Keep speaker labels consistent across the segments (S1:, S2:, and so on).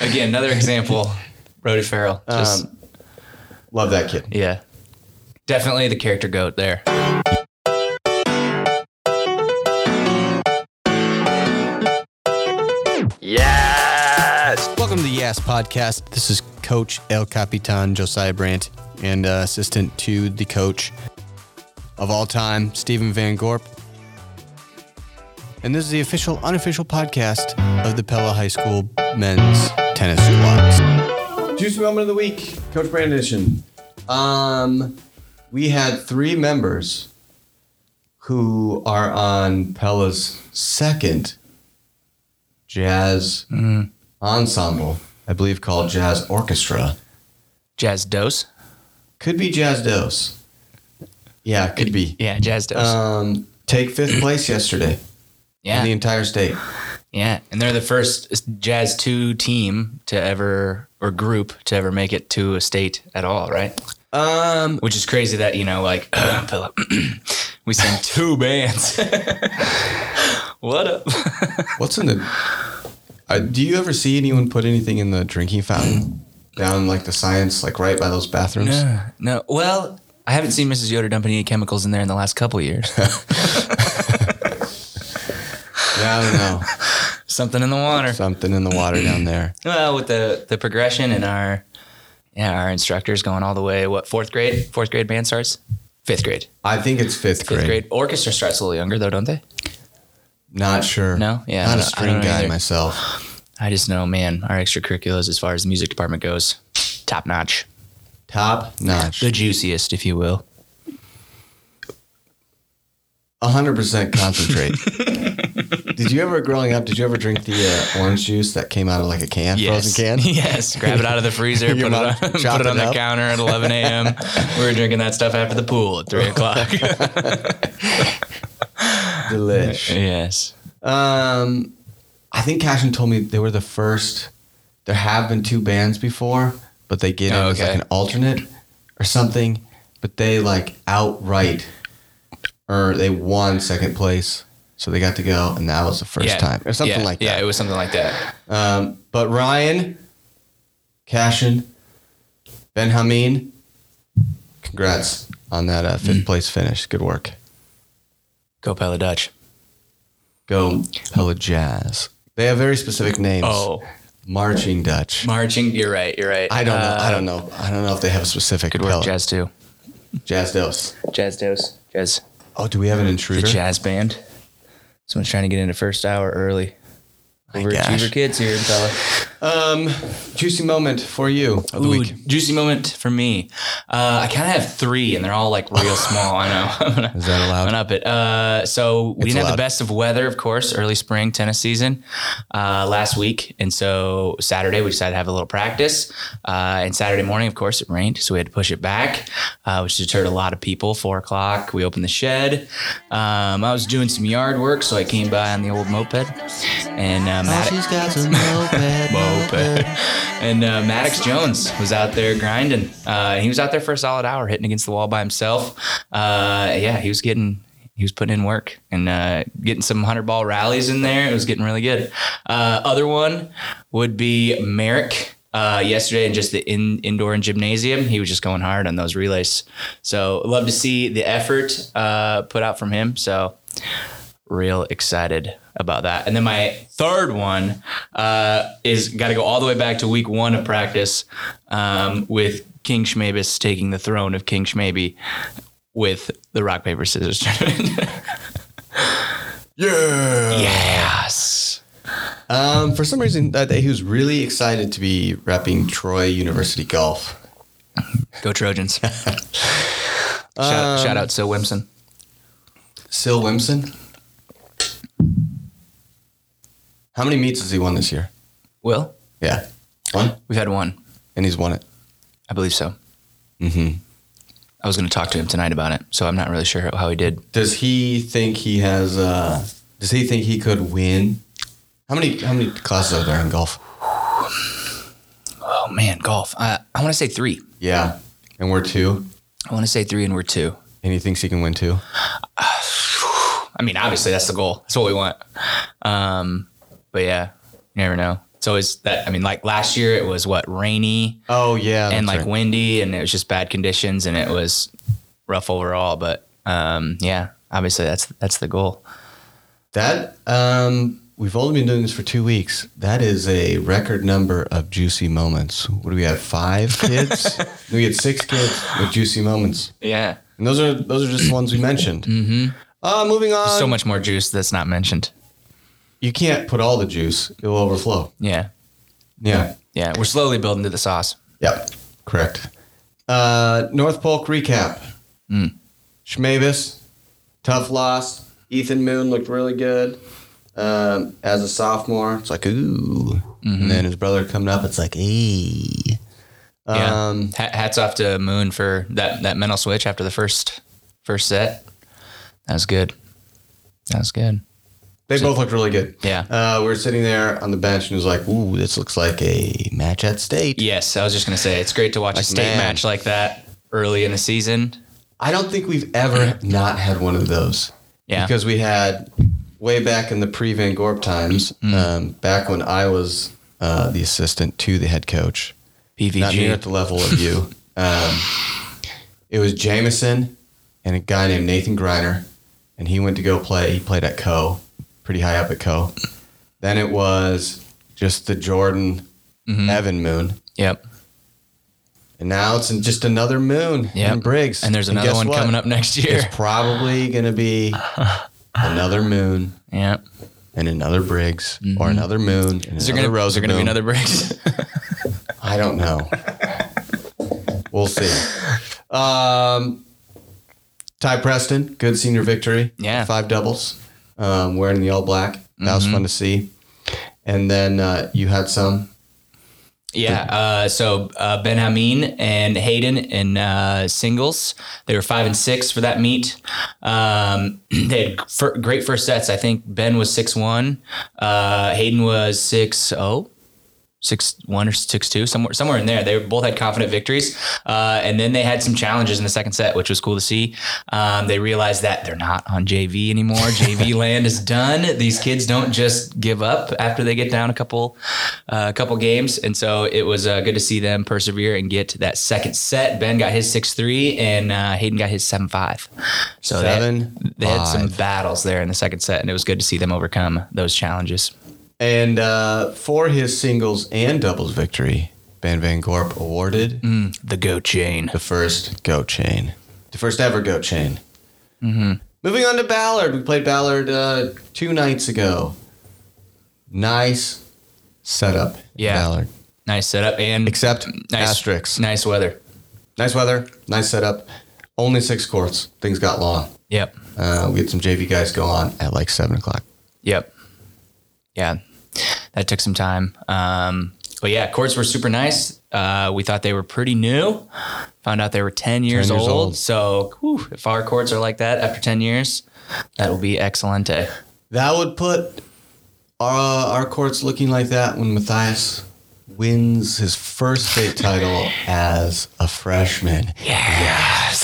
S1: Again, another example. Roddy Farrell. Just,
S2: Um, love that kid.
S1: yeah. Definitely the character goat there.
S2: Welcome to the Yes Podcast. This is Coach El Capitan Josiah Brandt and uh, assistant to the coach of all time, Stephen Van Gorp. And this is the official, unofficial podcast of the Pella High School men's tennis squads. Juice moment of the week, Coach Brand edition. Um, we had three members who are on Pella's second jazz ensemble, I believe called Jazz Orchestra.
S1: Jazz Dose.
S2: Could be Jazz Dose. Yeah, could be.
S1: Yeah, Jazz Dose.
S2: Um, take fifth place yesterday
S1: yeah.
S2: in the entire state.
S1: Yeah, and they're the first Jazz Two team to ever or group to ever make it to a state at all, right?
S2: Um,
S1: Which is crazy that you know, like Philip, we send two bands. what up?
S2: what's in the? Uh, do you ever see anyone put anything in the drinking fountain down like the science, like right by those bathrooms?
S1: no, well, I haven't seen Mrs. Yoder dump any chemicals in there in the last couple years.
S2: Yeah, I don't know.
S1: Something in the water.
S2: Something in the water down there.
S1: Well, Uh, with the the progression and our yeah our instructors going all the way what fourth grade fourth grade band starts fifth grade
S2: I think it's fifth grade.
S1: fifth grade orchestra starts a little younger though, don't they?
S2: Not sure.
S1: No? Yeah, I
S2: Not a
S1: don't- I don't
S2: string
S1: know
S2: guy
S1: either.
S2: myself.
S1: I just know, man, our extracurriculars, as far as the music department goes, top notch.
S2: Top notch.
S1: The juiciest, if you will.
S2: hundred percent concentrate. did you ever, growing up, did you ever drink the uh, orange juice that came out of like a can, frozen can?
S1: Yes. Grab it out of the freezer, put
S2: Your
S1: it
S2: mom
S1: on, put
S2: chopped
S1: it on
S2: it
S1: the
S2: up?
S1: counter at 11 a.m. we were drinking that stuff after the pool at 3 o'clock.
S2: Delish.
S1: yes.
S2: Um, I think Cashin told me they were the first. There have been two bands before, but they get in
S1: Oh,
S2: as like
S1: okay.
S2: an alternate or something. But they like outright, or they won second place, so they got to go, and that was the first
S1: Yeah.
S2: time, or something
S1: Yeah.
S2: like that.
S1: Yeah, it was something like that.
S2: Um, but Ryan, Cashin, Ben Hameen, congrats on that uh,
S1: Mm.
S2: fifth place finish. Good work.
S1: Go Pella Dutch.
S2: Go Hella Jazz. They have very specific names.
S1: Oh,
S2: Marching Dutch.
S1: marching. You're right. You're right.
S2: I don't know.
S1: Uh,
S2: I don't know. I don't know if they have a specific
S1: Good work,
S2: Hella-
S1: Jazz too.
S2: Jazz Dose.
S1: Jazz Dose. Jazz.
S2: Oh, do we have an
S1: The
S2: intruder?
S1: jazz band. Someone's trying to get into first hour early. Overachiever
S2: gosh.
S1: kids here in Pella.
S2: Um, juicy moment for you of the
S1: Ooh,
S2: week.
S1: Juicy moment for me. Uh, I kind of have three, and they're all like real small. I know. I'm gonna,
S2: Is that allowed?
S1: I'm gonna up it. Uh, so we
S2: It's
S1: didn't have
S2: allowed.
S1: the best of weather, of course, early spring tennis season uh, last week, and so Saturday we decided to have a little practice. Uh, and Saturday morning, of course, it rained, so we had to push it back, uh, which deterred a lot of people. Four o'clock, we opened the shed. Um, I was doing some yard work, so I came by on the old moped, and uh, Matt-
S2: got some moped.
S1: and uh, Maddox Jones was out there grinding. Uh, he was out there for a solid hour, hitting against the wall by himself. Uh, yeah, he was getting, he was putting in work and uh, getting some hundred ball rallies in there. It was getting really good. Uh, other one would be Merrick. Uh, yesterday and just the in, indoor and gymnasium, he was just going hard on those relays. So love to see the effort uh, put out from him. So real excited about that. And then my third one uh, is got to go all the way back to week one of practice um, with King Schmabus taking the throne of King Schmaby with the rock paper scissors tournament.
S2: Yeah.
S1: yes.
S2: Um, for some reason that day, he was really excited to be repping Troy University golf.
S1: Go Trojans. shout, shout out Sil Wimson.
S2: Sil Wimson. How many meets has he won this year?
S1: Will,
S2: Yeah, one,
S1: we've had one.
S2: and he's won it.
S1: I believe so. Mm-hmm. I was going to talk to him tonight about it, so I'm not really sure how he did.
S2: Does he think he has? Uh, does he think he could win? How many how many classes are there in golf?
S1: Oh man, golf. I, I want to say three.
S2: Yeah, and we're two,
S1: I want to say three, and we're two.
S2: and he thinks he can win two.
S1: I mean, obviously that's the goal. That's what we want. Um, but yeah, You never know. It's always that. I mean, like last year, it was what rainy
S2: Oh yeah,
S1: and
S2: that's
S1: like
S2: right.
S1: windy, and it was just bad conditions, and it was rough overall. But um, yeah, obviously that's that's the goal.
S2: that. Um, we've only been doing this for two weeks. That is a record number of juicy moments. What do we have? Five kids. we had six kids with juicy moments,
S1: Yeah,
S2: and those are those are just the ones we mentioned. Mm-hmm. Uh, moving on.
S1: so much more juice that's not mentioned.
S2: you can't put all the juice; it will overflow.
S1: Yeah,
S2: Yeah.
S1: yeah, we're slowly building to the sauce.
S2: Yep. Correct. Uh, North Polk recap.
S1: Mm.
S2: Schmavis, tough loss. Ethan Moon looked really good um, as a sophomore. It's like ooh,
S1: Mm-hmm.
S2: and then his brother coming up. It's like hey.
S1: Yeah,
S2: Um,
S1: Ha- hats off to Moon for that that mental switch after the first first set. That was good. That was good.
S2: they both looked really good.
S1: Yeah.
S2: Uh, we were sitting there on the bench and it was like, ooh, this looks like a match at state.
S1: Yes, I was just gonna say it's great to watch a state
S2: man.
S1: match like that early in the season.
S2: I don't think we've ever not had one of those.
S1: Yeah.
S2: Because we had way back in the pre Van Gorp times,
S1: Mm.
S2: um, back when I was uh, the assistant to the head coach, not near at
S1: PVG.
S2: the level of you. um, it was Jameson and a guy named Nathan Griner, and he went to go play. He played at Co, pretty high up at Co. Then it was just the Jordan
S1: Mm-hmm.
S2: Evan Moon.
S1: Yep.
S2: And now it's in just another moon
S1: Yep.
S2: in Briggs.
S1: And there's another
S2: guess
S1: one
S2: what?
S1: coming up next year.
S2: It's probably going to be another moon
S1: Yeah.
S2: and another Briggs or another moon. And
S1: Mm-hmm. Is there
S2: another
S1: gonna
S2: Rosa
S1: is there gonna be
S2: moon.
S1: another Briggs?
S2: I don't know. we'll see. Um, Ty Preston, good senior victory.
S1: Yeah. Mm-hmm.
S2: Five doubles, um, wearing the all black. That was fun to see. And then uh, you had some.
S1: yeah. Uh, so uh, Ben Hameen and Hayden in uh, singles. They were five and six for that meet. Um, they had fir- great first sets. I think Ben was six one. Uh, Hayden was six oh. zero. six one or six two somewhere somewhere in there. They both had confident victories, uh, and then they had some challenges in the second set, which was cool to see. Um, they realized that they're not on JV anymore. JV land is done. These kids don't just give up after they get down a couple uh, couple games, and so it was uh, good to see them persevere and get that second set. Ben got his six three, and uh, Hayden got his seven five. So they had-
S2: Seven,
S1: they had some battles there in the second set, and it was good to see them overcome those challenges.
S2: And uh, for his singles and doubles victory, Van Van Gorp awarded
S1: The goat chain.
S2: the first goat chain, the first ever goat chain.
S1: Mm-hmm.
S2: Moving on to Ballard, we played Ballard uh, two nights ago. Nice setup,
S1: Yeah.
S2: Ballard.
S1: Nice setup and
S2: Except
S1: nice
S2: asterisks.
S1: Nice weather.
S2: Nice weather, nice setup. Only six courts. Things got long.
S1: Yep.
S2: Uh, we had some JV guys go on at like seven o'clock.
S1: Yep. Yeah. That took some time. Um, but yeah, courts were super nice. Uh, we thought they were pretty new. Found out they were 10 years,
S2: years
S1: old.
S2: old.
S1: So whew, if our courts are like that after 10 years, that will be excelente.
S2: That would put our, our courts looking like that when Matthias wins his first state title as a freshman.
S1: Yes.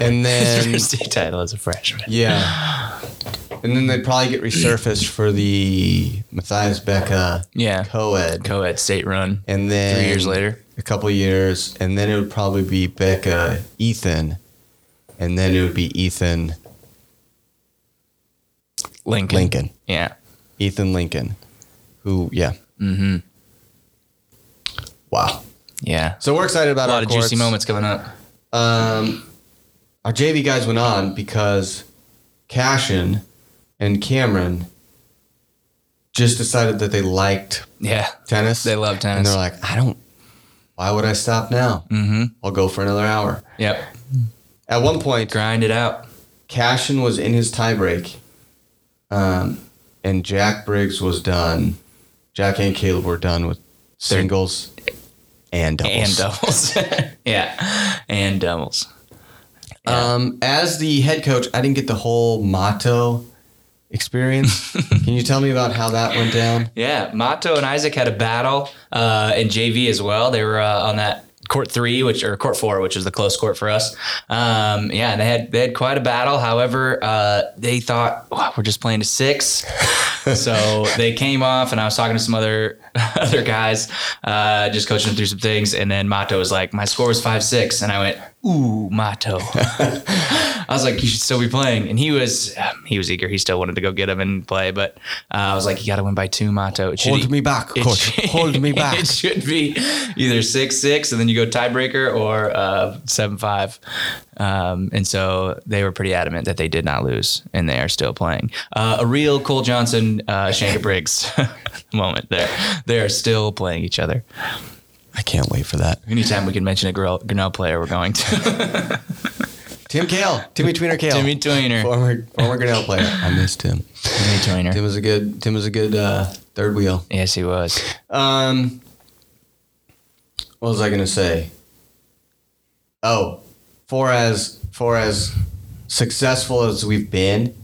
S2: And then
S1: state title as a freshman.
S2: Yeah. And then they'd probably get resurfaced for the Matthias Becca
S1: Yeah.
S2: co ed.
S1: Co ed state run.
S2: And then
S1: Three years later.
S2: A couple years. And then it would probably be Becca Ethan. And then it would be Ethan
S1: Lincoln.
S2: Lincoln.
S1: Yeah.
S2: Ethan Lincoln. Who yeah. Mm-hmm. Wow.
S1: Yeah.
S2: So we're excited about
S1: A
S2: our
S1: lot of juicy
S2: courts.
S1: moments coming up.
S2: um, our JV guys went on because Cashin and Cameron just decided that they liked
S1: Yeah.
S2: tennis.
S1: They love tennis.
S2: And they're like, I don't, why would I stop now? Mm-hmm. I'll go for another hour.
S1: Yep.
S2: At one point,
S1: Grind it out.
S2: Cashin was in his tiebreak, um, and Jack Briggs was done. Jack and Caleb were done with singles and doubles.
S1: and doubles. yeah, and doubles. Yeah.
S2: Um, as the head coach, I didn't get the whole motto experience. Can you tell me about how that went down?
S1: Yeah, Mato and Isaac had a battle uh, in JV as well. They were uh, on that court three, which or court four, which was the close court for us. Um, yeah, and they had they had quite a battle. However, uh, they thought wow, we're just playing to six. so they came off, and I was talking to some other other guys, uh, just coaching them through some things. And then Mato was like, "My score was five six," and I went, "Ooh, Mato." I was like, "You should still be playing," and he was um, he was eager. He still wanted to go get him and play, but uh, I was like, "You got to win by two, Mato." It should
S2: Hold
S1: be-
S2: me back,
S1: it
S2: coach.
S1: should-
S2: Hold me back.
S1: it should be either six six, and then you go tiebreaker, or uh, seven five. Um, and so they were pretty adamant that they did not lose, and they are still playing. Uh, a real Cole Johnson, uh, Shanka Briggs moment there. They are still playing each other.
S2: I can't wait for that.
S1: Anytime we can mention a girl, Grinnell player, we're going to.
S2: Tim Kale, Timmy Tweener Kale,
S1: Timmy Tweener.
S2: former former Grinnell player. I miss Tim.
S1: Timmy
S2: Tim
S1: Joyner.
S2: was a good Tim was a good uh, third wheel.
S1: Yes, he was.
S2: Um, what was I gonna say? Oh, for as for as successful as we've been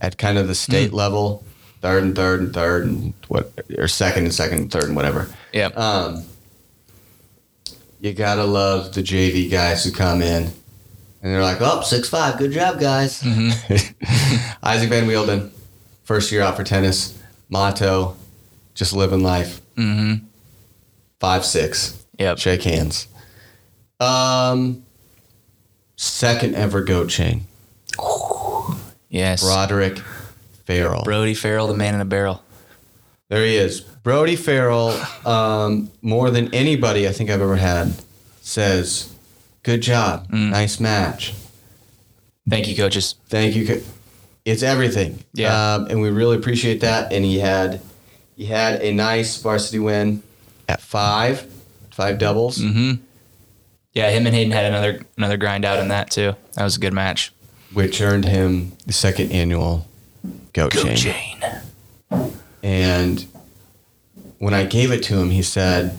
S2: at kind of the state level, third and third and third and what or second and second and third and whatever.
S1: Yeah.
S2: Um, you gotta love the JV guys who come in, and they're like, "Oh, six five, good job, guys." Isaac Van Wielden, first year out for tennis. Mato, just living life.
S1: Mm-hmm.
S2: Five six,
S1: Yep.
S2: shake hands. Um, second ever goat chain,
S1: Yes.
S2: Broderick Farrell.
S1: Brody Farrell, the man in a barrel.
S2: There he is. Brody Farrell, um, more than anybody I think I've ever had, says, Good job. Nice match.
S1: Thank you, coaches.
S2: Thank you. co- It's everything.
S1: Yeah.
S2: Um, and we really appreciate that. And he had he had a nice varsity win at five, five doubles.
S1: Mm-hmm. Yeah, him and Hayden had another another grind out in that too. That was a good match.
S2: which earned him the second annual goat, chain. And when I gave it to him, he said,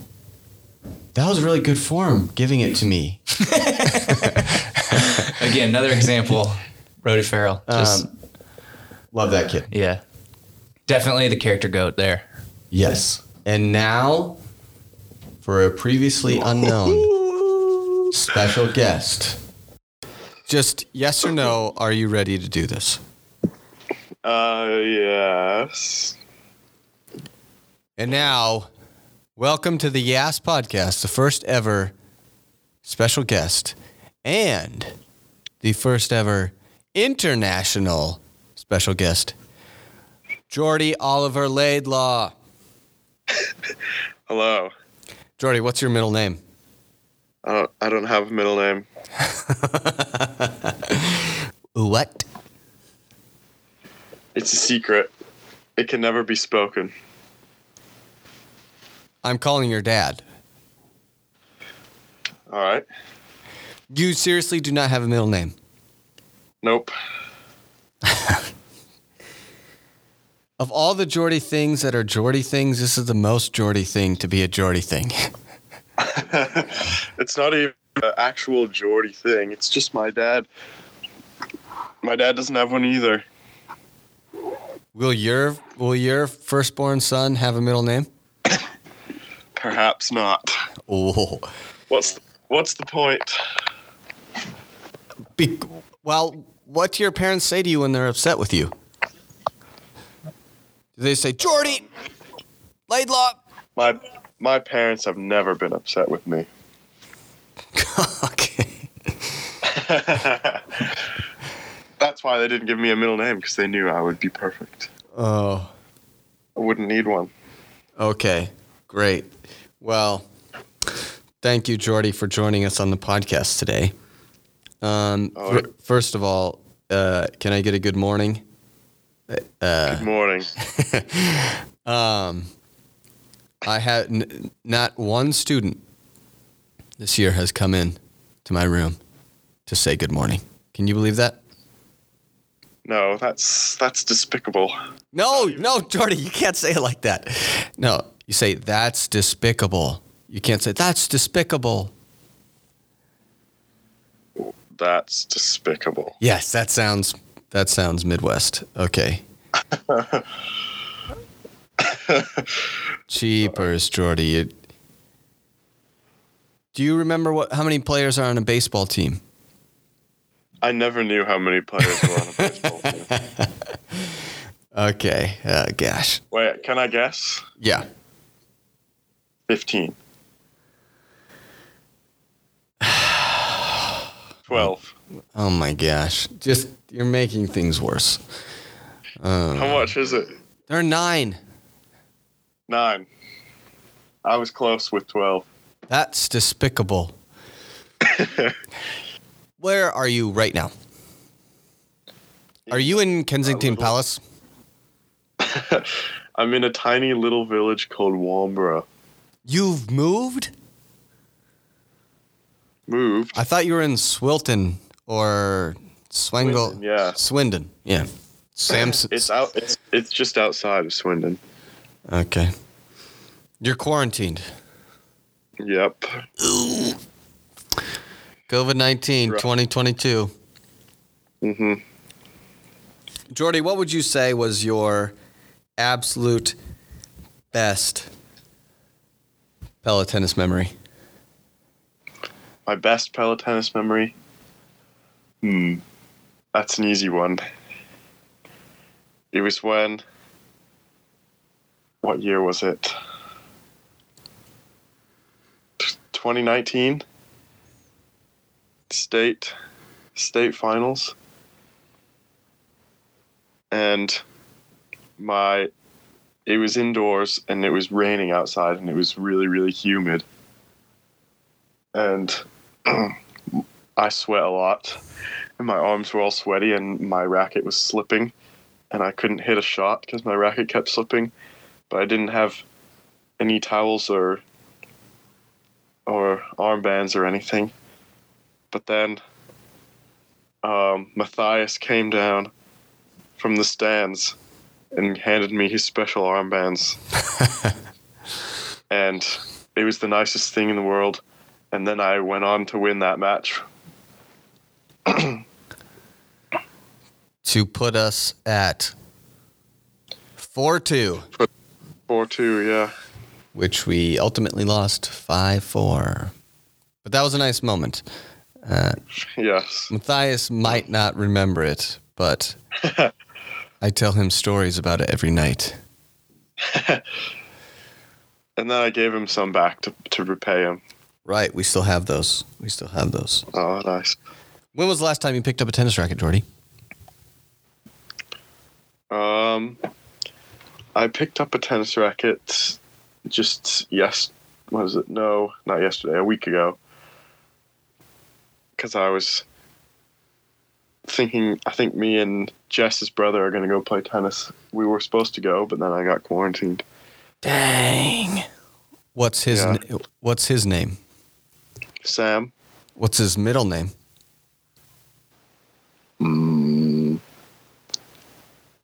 S2: "That was really good form giving it to me."
S1: Again, another example. Brody Farrell. Just,
S2: Um, love that kid.
S1: yeah. Definitely the character goat there.
S2: Yes. And now, for a previously unknown special guest. Just yes or no, are you ready to do this?
S3: Uh, yes.
S2: And now, welcome to the Yas Podcast, the first ever special guest and the first ever international special guest, Jordy Oliver Laidlaw.
S3: Hello.
S2: Jordy, what's your middle name?
S3: I don't, I don't have a middle name.
S2: What?
S3: It's a secret. It can never be spoken.
S2: I'm calling your dad.
S3: All right.
S2: You seriously do not have a middle name.
S3: Nope.
S2: Of all the Jordy things that are Jordy things, this is the most Jordy thing to be a Jordy thing.
S3: It's not even an actual Geordie thing. It's just my dad. My dad doesn't have one either.
S2: will your will your firstborn son have a middle name?
S3: Perhaps not.
S2: Oh.
S3: What's the, what's the point?
S2: Be- well, what do your parents say to you when they're upset with you? Do they say, Jordy, Laidlaw?
S3: My my parents have never been upset with me.
S2: okay.
S3: That's why they didn't give me a middle name because they knew I would be perfect.
S2: Oh,
S3: I wouldn't need one.
S2: okay. Great. Well, thank you, Jordy, for joining us on the podcast today. Um,
S3: All
S2: fir-
S3: right.
S2: First of all, uh, can I get a good morning?
S3: Good morning.
S2: I had n- not one student this year has come in to my room to say good morning. Can you believe that?
S3: No, that's that's despicable.
S2: No, no, Jordy, you can't say it like that. No, you say that's despicable. You can't say that's despicable.
S3: That's despicable.
S2: Yes, that sounds that sounds Midwest. Okay. Cheapers, Jordy. You, do you remember what how many players are on a baseball team?
S3: I never knew how many players were on a baseball team.
S2: Okay. Uh, gosh.
S3: Wait, can I guess?
S2: Yeah.
S3: 15. 12.
S2: Oh my gosh. Just you're making things worse.
S3: How much is it?
S2: There are nine.
S3: Nine. I was close with 12.
S2: That's despicable. Where are you right now? Are you in Kensington
S3: little-
S2: Palace?
S3: I'm in a tiny little village called Wambra.
S2: You've moved?
S3: Moved.
S2: I thought you were in Swilton or Swangle.
S3: Swindon, yeah.
S2: Swindon. Yeah. Samson.
S3: It's out. It's, it's just outside of Swindon.
S2: okay. You're quarantined.
S3: Yep.
S2: COVID 19,
S3: Right.
S2: 2022.
S3: hmm
S2: Jordy, what would you say was your absolute best Pella tennis memory?
S3: My best Pella tennis memory. Hmm. That's an easy one. It was when. What year was it? T- 2019. State, state finals. And my, it was indoors and it was raining outside and it was really really humid. And I sweat a lot, and my arms were all sweaty, and my racket was slipping, and I couldn't hit a shot because my racket kept slipping. But I didn't have any towels or or armbands or anything. But then um, Matthias came down from the stands and handed me his special armbands, and it was the nicest thing in the world. And then I went on to win that match
S2: To put us at 4 2,
S3: 4 2, yeah.
S2: which we ultimately lost 5 4. But that was a nice moment.
S3: Yes.
S2: Matthias might not remember it, but I tell him stories about it every night.
S3: And then I gave him some back to, to repay him.
S2: Right, we still have those. We still have those.
S3: Oh, nice.
S2: When was the last time you picked up a tennis racket, Jordy?
S3: Um, I picked up a tennis racket just yes. What is it? No, not yesterday. A week ago. Because I was thinking, I think me and Jess's brother are going to go play tennis. We were supposed to go, but then I got quarantined.
S2: Dang. What's his
S3: Yeah.
S2: na- What's his name?
S3: Sam,
S2: What's his middle name?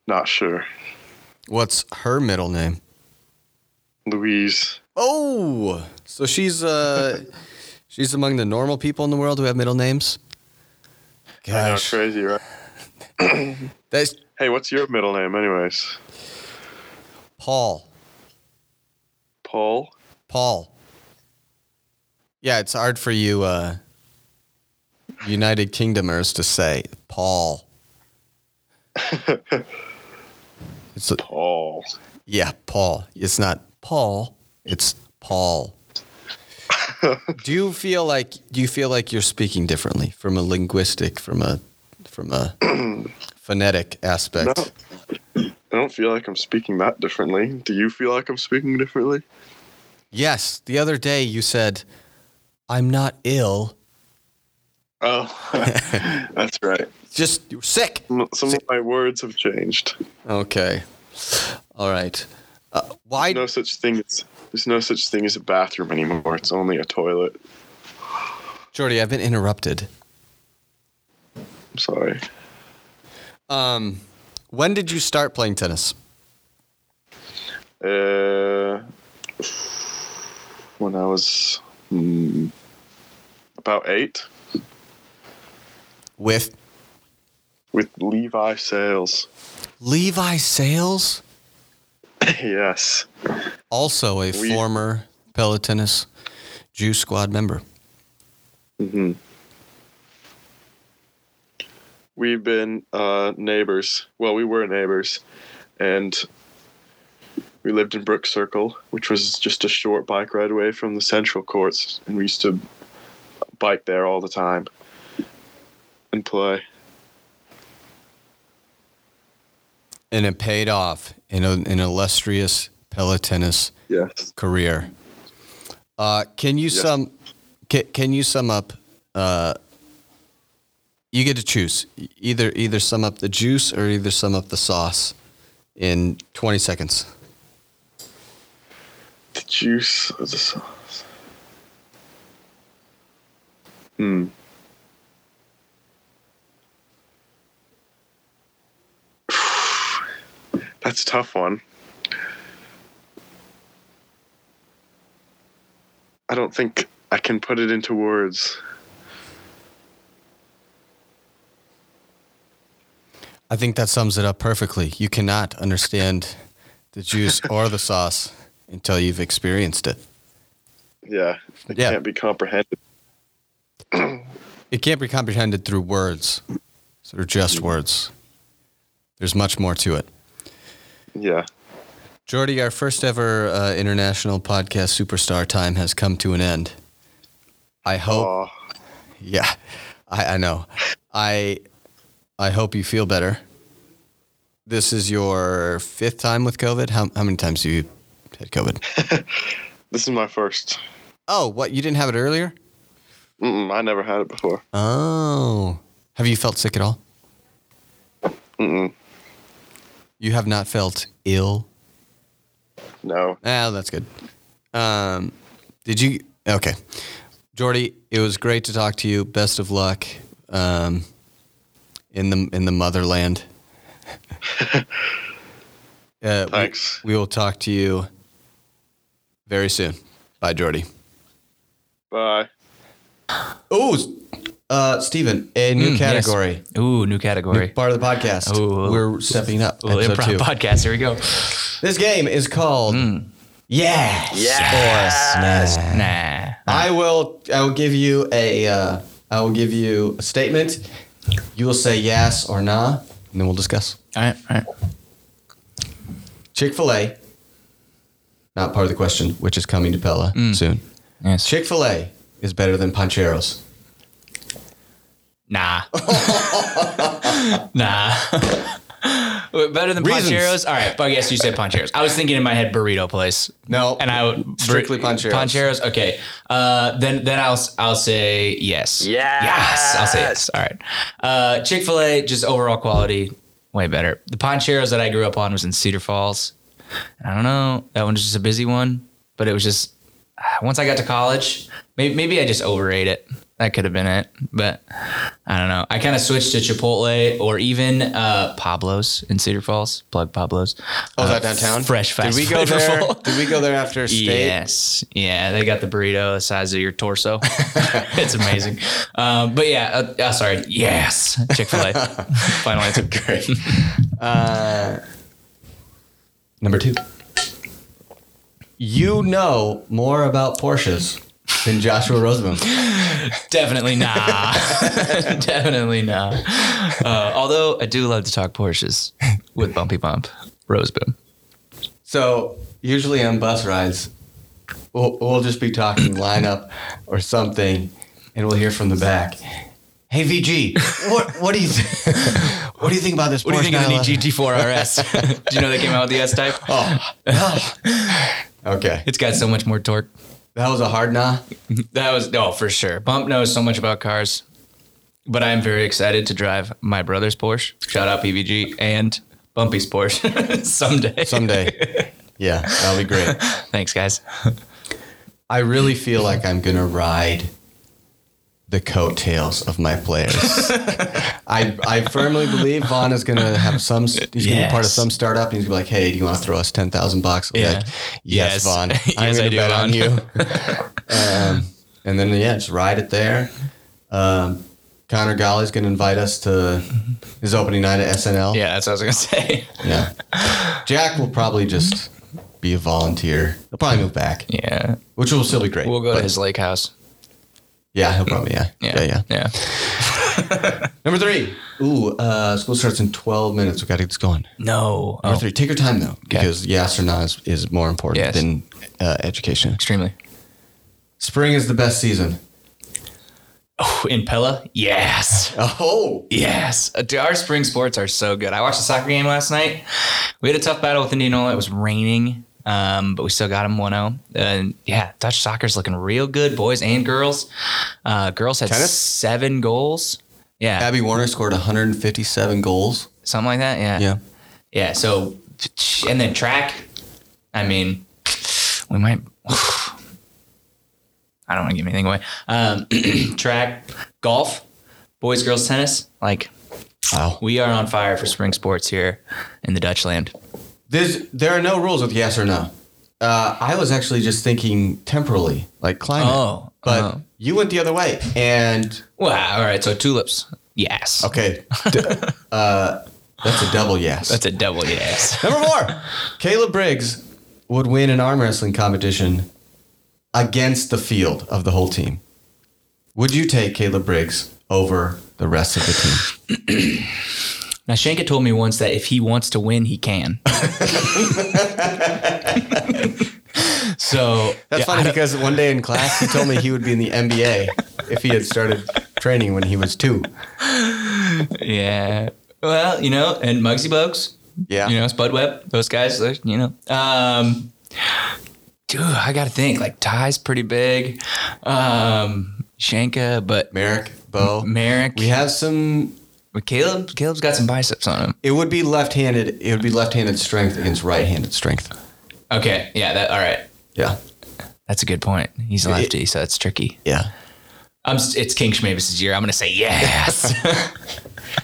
S3: not sure.
S2: What's her middle name?
S3: Louise,
S2: Oh, so she's uh, she's among the normal people in the world who have middle names.
S3: I know,
S2: Gosh,
S3: crazy, right?
S2: that's
S3: Hey, what's your middle name, anyways?
S2: Paul.
S3: Paul.
S2: Paul. Yeah, it's hard for you uh, United Kingdomers to say Paul. it's a-
S3: Paul.
S2: Yeah, Paul. It's not Paul. It's Paul. do you feel like do you feel like you're speaking differently from a linguistic, from a from a phonetic aspect?
S3: No. I don't feel like I'm speaking that differently. Do you feel like I'm speaking differently?
S2: Yes. The other day you said, "I'm not ill."
S3: Oh, that's right.
S2: Just you're sick.
S3: Some some of my words have changed.
S2: Okay. All right. Uh, why?
S3: No such thing as there's no such thing as a bathroom anymore. It's only a toilet.
S2: Jordy, I've been interrupted.
S3: I'm sorry.
S2: Um, when did you start playing tennis?
S3: Uh, when I was mm, about eight
S2: With
S3: with Levi Sales.
S2: Levi Sales,
S3: yes.
S2: also a
S3: We-
S2: former Pella Tennis Jew Squad member.
S3: hmm We've been uh, neighbors. Well, we were neighbors and we lived in Brook Circle, which was just a short bike ride away from the central courts, and we used to bike there all the time and play.
S2: And it paid off in a, an illustrious Pella tennis
S3: Yes.
S2: career. Uh, can you sum? Can, can you sum up? Uh, you get to choose either either sum up the juice or either sum up the sauce in twenty seconds.
S3: The juice of the sauce. Hmm. That's a tough one. I don't think I can put it into words.
S2: I think that sums it up perfectly. You cannot understand the juice or the sauce until you've experienced it.
S3: Yeah, it
S2: Yeah.
S3: can't be comprehended.
S2: It can't be comprehended through words or just words. There's much more to it.
S3: Yeah.
S2: Jordy, our first ever uh, international podcast superstar time has come to an end. I hope,
S3: Aw.
S2: yeah, I, I know. I, I hope you feel better. This is your fifth time with COVID. How, how many times have you had COVID?
S3: This is my first.
S2: Oh, what? You didn't have it earlier?
S3: Mm-mm, I never had it before.
S2: Oh. Have you felt sick at all?
S3: Mm-mm.
S2: You have not felt ill?
S3: No.
S2: Ah, that's good. Um, did you? Okay. Jordy, it was great to talk to you. Best of luck um, in the in the motherland. uh, we-
S3: Thanks.
S2: We, will talk to you very soon. Bye, Jordy.
S3: Bye.
S2: Oh, uh, Stephen, a new
S1: Mm, yes.
S2: category,
S1: Ooh, new category.
S2: part of the podcast.
S1: Ooh.
S2: We're stepping up.
S1: Little improv
S2: Episode two.
S1: podcast. Here we go.
S2: This game is called Yes. Or Snaz.
S1: Nah.
S2: I will I will give you a uh, I will give you a statement. You will say yes or nah, and then we'll discuss.
S1: All right. All right.
S2: Chick-fil-A. Not part of the question, which is coming to Pella
S1: Mm.
S2: soon.
S1: Yes.
S2: Chick-fil-A is better than Pancheros.
S1: Nah. nah. Wait, Better than
S2: Reasons.
S1: Poncheros? All right, but I guess you said Poncheros. I was thinking in my head burrito place.
S2: No,
S1: and I would
S2: strictly
S1: bur-
S2: Poncheros.
S1: Poncheros. Okay. Uh, then then I'll s- I'll say yes. Yes. I'll say yes. All right. Uh, Chick Fil A just overall quality way better. The Poncheros that I grew up on was in Cedar Falls. I don't know. That one was just a busy one, but it was just ah, once I got to college, maybe, maybe I just overate it. That could have been it, but I don't know. I kind of switched to Chipotle or even uh, Pablo's in Cedar Falls. Plug Pablo's.
S2: Oh, is
S1: Uh,
S2: that downtown?
S1: Fresh fast
S2: Did we go
S1: food
S2: there?
S1: full.
S2: Did we go there after state?
S1: Yes. Yeah. They got the burrito the size of your torso. it's amazing. Um, but yeah, uh, uh, sorry. Yes. Chick fil A. Final answer. Great.
S2: Number two. You know more about Porsches than Joshua Rosenbaum.
S1: Definitely nah. Definitely nah. Uh, although I do love to talk Porsches with Bumpy Bump, Rose Boom.
S2: So usually on bus rides, we'll, we'll just be talking lineup or something, and we'll hear from the back. Hey VG, what what do you th- what do you think about this?
S1: What do you
S2: Porsche Oh.
S1: think of the new
S2: 911?
S1: GT4 RS? do you know they came out with the S Type?
S2: Oh, Okay,
S1: It's got so much more torque.
S2: that was a hard nah.
S1: That was no for sure. Bump knows so much about cars, but I'm very excited to drive my brother's Porsche. Shout out PVG and Bumpy's Porsche someday.
S2: Someday, yeah, that'll be great.
S1: Thanks, guys.
S2: I really feel like I'm gonna ride the coattails of my players. I I firmly believe Vaughn is gonna have some. He's gonna be part of
S1: Yes.
S2: some startup, and he's gonna be like, "Hey, do you want to throw us ten thousand bucks?" I'll be
S1: Yeah.
S2: Like,
S1: Yes.
S2: yes, Vaughn. I'm
S1: Yes,
S2: gonna
S1: I do,
S2: bet on
S1: Vaughn."
S2: you. um, and then yeah, just ride it there. Um, Connor Golly's gonna invite us to his opening night at SNL.
S1: Yeah, that's what I was gonna say.
S2: Yeah. Jack will probably just be a volunteer. He'll probably move back,
S1: Yeah,
S2: which will still be great.
S1: we'll go to
S2: but-
S1: his lake house.
S2: yeah, he'll probably yeah. Yeah, yeah.
S1: yeah.
S2: Number three. Ooh, uh, school starts in 12 minutes. We got to get this going.
S1: No.
S2: Number
S1: Oh,
S2: three. Take your time, though, because yes or no is, is more important
S1: Yes.
S2: than uh, education.
S1: extremely.
S2: Spring is the best season.
S1: Oh, in Pella? Yes.
S2: Oh.
S1: Yes, Uh, dude, our spring sports are so good. I watched the soccer game last night. We had a tough battle with Indianola. It was raining, um, but we still got them 1 0. And yeah, Dutch soccer's looking real good, boys and girls. Uh, girls had
S2: Tennis?
S1: seven goals. Yeah,
S2: Abby Warner scored 157 goals.
S1: something like that. Yeah.
S2: Yeah.
S1: Yeah. So, and then track. I mean, we might. I don't want to give anything away. Um, track, golf, boys, girls, tennis. Like,
S2: Wow.
S1: we are on fire for spring sports here in the Dutchland.
S2: There's, there are no rules with yes or no. Uh, I was actually just thinking temporally, like climate.
S1: Oh,
S2: But
S1: oh.
S2: you went the other way. And
S1: Wow. All right. So tulips. Yes.
S2: okay, d- uh, that's a double yes.
S1: That's a double yes.
S2: Number four, Caleb Briggs would win an arm wrestling competition against the field of the whole team. Would you take Caleb Briggs over the rest of the team?
S1: now Shanka told me once that if he wants to win, he can. so yeah,
S2: That's
S1: I
S2: funny
S1: don't-
S2: because one day in class he told me he would be in the NBA if he had started training when he was two.
S1: Yeah. Well, you know, and Muggsy Bugs,
S2: Yeah.
S1: you know, Spud Webb, those guys, they're, you know. Um, dude, I got to think. Like, Ty's pretty big. Um, Shanka, but
S2: Merrick, Bo.
S1: Merrick.
S2: We have some
S1: Caleb, Caleb's got some biceps on him.
S2: it would be left handed it would be left handed strength against right handed strength.
S1: Okay. Yeah. That. All right.
S2: Yeah.
S1: That's a good point. He's a lefty, so it's tricky.
S2: Yeah.
S1: I'm, s- it's King Schmavis' year. I'm going to say yes.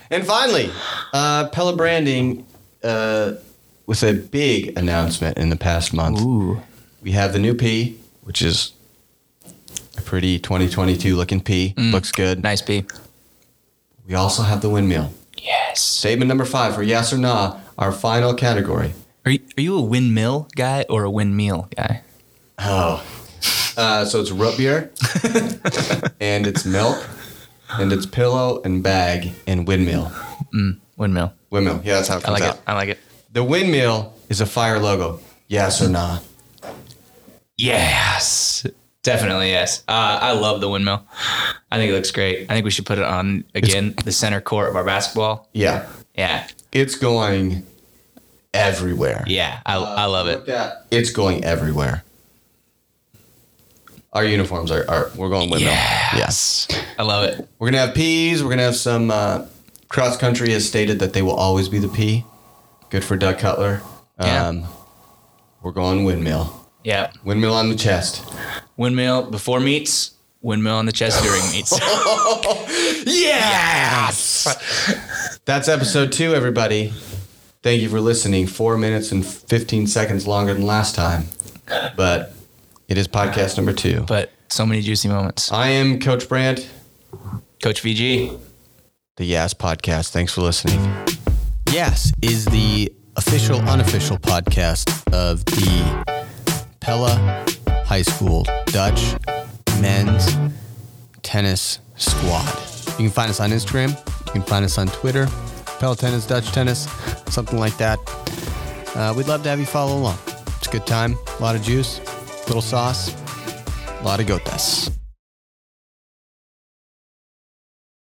S2: And finally, uh, Pella Branding uh, with a big announcement in the past month.
S1: Ooh.
S2: We have the new P, which is a pretty 2022 looking P. Looks good.
S1: Mm. Nice P.
S2: We also have the windmill.
S1: Yes.
S2: Statement number five for yes or nah, our final category.
S1: Are you, are you a windmill guy or a windmill guy?
S2: Oh. Uh, so it's root beer, and it's milk, and it's pillow and bag and windmill.
S1: Windmill.
S2: Windmill. Yeah, that's how it
S1: I
S2: comes
S1: like
S2: out.
S1: it. I like it.
S2: The windmill is a fire logo. Yes or nah?
S1: Yes. Definitely yes. Uh, I love the windmill. I think it looks great. I think we should put it on again the center court of our basketball.
S2: Yeah.
S1: Yeah.
S2: It's going everywhere.
S1: Yeah. I, I love it.
S2: that. It's going everywhere. Our uniforms are, are we're going windmill.
S1: Yes. I love it.
S2: We're gonna have peas. We're gonna have some uh, cross country has stated that they will always be the P. Good for Doug Cutler. Um,
S1: Yeah.
S2: we're going windmill.
S1: Yeah.
S2: Windmill on the chest.
S1: Windmill before meets, windmill on the chest during meets.
S2: Yes. That's episode two, everybody. Thank you for listening. Four minutes and fifteen seconds longer than last time, but it is podcast number two.
S1: but so many juicy moments.
S2: I am Coach Brandt.
S1: Coach VG,
S2: the Yas Podcast. Thanks for listening. Yas is the official, unofficial podcast of the Pella High School Dutch Men's Tennis Squad. You can find us on Instagram. You can find us on Twitter. Pella Tennis, Dutch Tennis, something like that. Uh, we'd love to have you follow along. It's a good time. A lot of juice, little sauce, a lot of gotas.